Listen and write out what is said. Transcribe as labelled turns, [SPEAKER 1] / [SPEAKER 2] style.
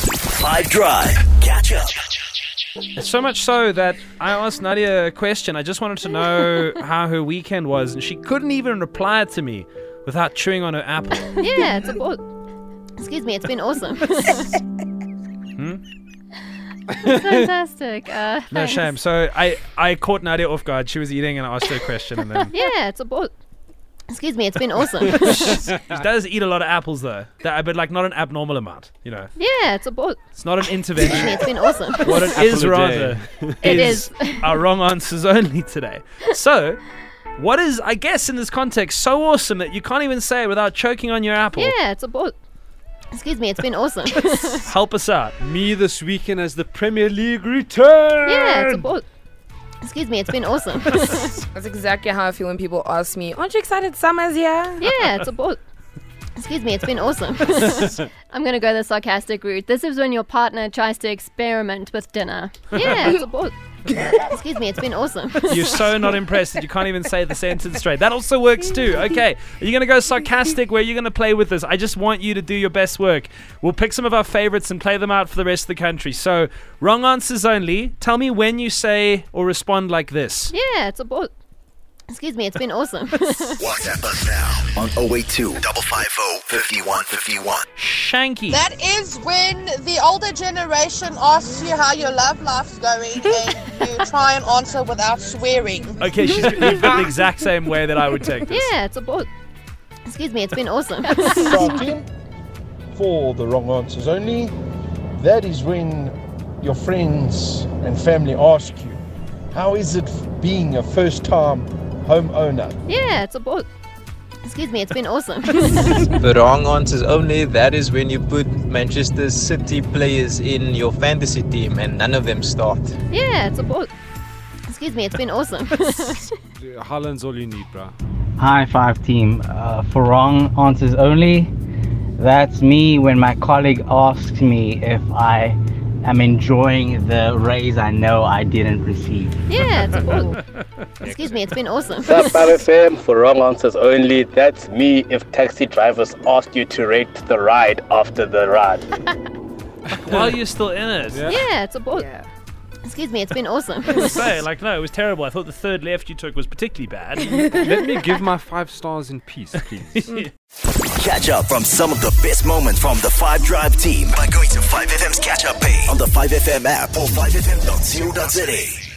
[SPEAKER 1] Five Drive. Catch up.
[SPEAKER 2] So much so that I asked Nadia a question. I just wanted to know how her weekend was, and she couldn't even reply to me without chewing on her apple.
[SPEAKER 3] Yeah, it's a bo- excuse me, it's been awesome. It's fantastic. Uh,
[SPEAKER 2] Hmm? No
[SPEAKER 3] thanks.
[SPEAKER 2] shame. So I, I caught Nadia off guard. She was eating, and I asked her a question, and then
[SPEAKER 3] Yeah, it's a bo- excuse me, it's been awesome.
[SPEAKER 2] she does eat a lot of apples though, that, but like not an abnormal amount. You know,
[SPEAKER 3] yeah, it's a bo-
[SPEAKER 2] it's not an
[SPEAKER 3] excuse me,
[SPEAKER 2] intervention.
[SPEAKER 3] it's been awesome.
[SPEAKER 2] What it is rather
[SPEAKER 3] It
[SPEAKER 2] is
[SPEAKER 3] is.
[SPEAKER 2] our wrong answers only today. So, what is I guess in this context so awesome that you can't even say it without choking on your apple?
[SPEAKER 3] Yeah, it's a bo- excuse me, it's been awesome.
[SPEAKER 2] Help us out.
[SPEAKER 4] Me this weekend as the Premier League return.
[SPEAKER 3] yeah, it's a bo- excuse me, it's been awesome.
[SPEAKER 5] That's exactly how I feel when people ask me, Aren't you excited summer's here?
[SPEAKER 3] Yeah, it's a bo- excuse me, it's been awesome. I'm gonna go the sarcastic route. This is when your partner tries to experiment with dinner. Yeah, it's a bo- excuse me, it's been awesome.
[SPEAKER 2] You're so not impressed that you can't even say the sentence straight. That also works too. Okay. Are you going to go sarcastic where you're going to play with this? I just want you to do your best work. We'll pick some of our favorites and play them out for the rest of the country. So, wrong answers only. Tell me when you say or respond like this.
[SPEAKER 3] Yeah, it's a bo- excuse me, it's been awesome.
[SPEAKER 1] WhatsApp us now on 082 550 5151.
[SPEAKER 2] Shanky.
[SPEAKER 6] That is when the older generation asks you how your love life's going and you try and answer without swearing.
[SPEAKER 2] Okay, she's you've been the exact same way that I would take this.
[SPEAKER 3] Yeah, it's a bo- excuse me, it's been awesome.
[SPEAKER 7] starting for the wrong answers only. That is when your friends and family ask you, How is it being a first time homeowner?
[SPEAKER 3] yeah, it's a bo- excuse me, it's been awesome.
[SPEAKER 8] The wrong answers only. That is when you put Manchester City players in your fantasy team and none of them start.
[SPEAKER 3] yeah, it's a bo- excuse me, it's been awesome.
[SPEAKER 4] Holland's all you need, bruh.
[SPEAKER 9] High five team. Uh, for wrong answers only, that's me when my colleague asks me if I am enjoying the raise I know I didn't receive.
[SPEAKER 3] yeah, it's a bo- excuse me, it's been awesome.
[SPEAKER 10] FM for wrong answers only. That's me if taxi drivers ask you to rate the ride after the ride.
[SPEAKER 2] While you're still in it.
[SPEAKER 3] Yeah, it's a bo-
[SPEAKER 5] Yeah.
[SPEAKER 3] excuse me, it's been awesome.
[SPEAKER 2] Say, like, no, it was terrible. I thought the third left you took was particularly bad.
[SPEAKER 4] Let me give my five stars in peace, please.
[SPEAKER 1] Catch up from some of the best moments from the Five Drive team by going to 5FM's catch up page on the 5FM app or 5FM.co.za.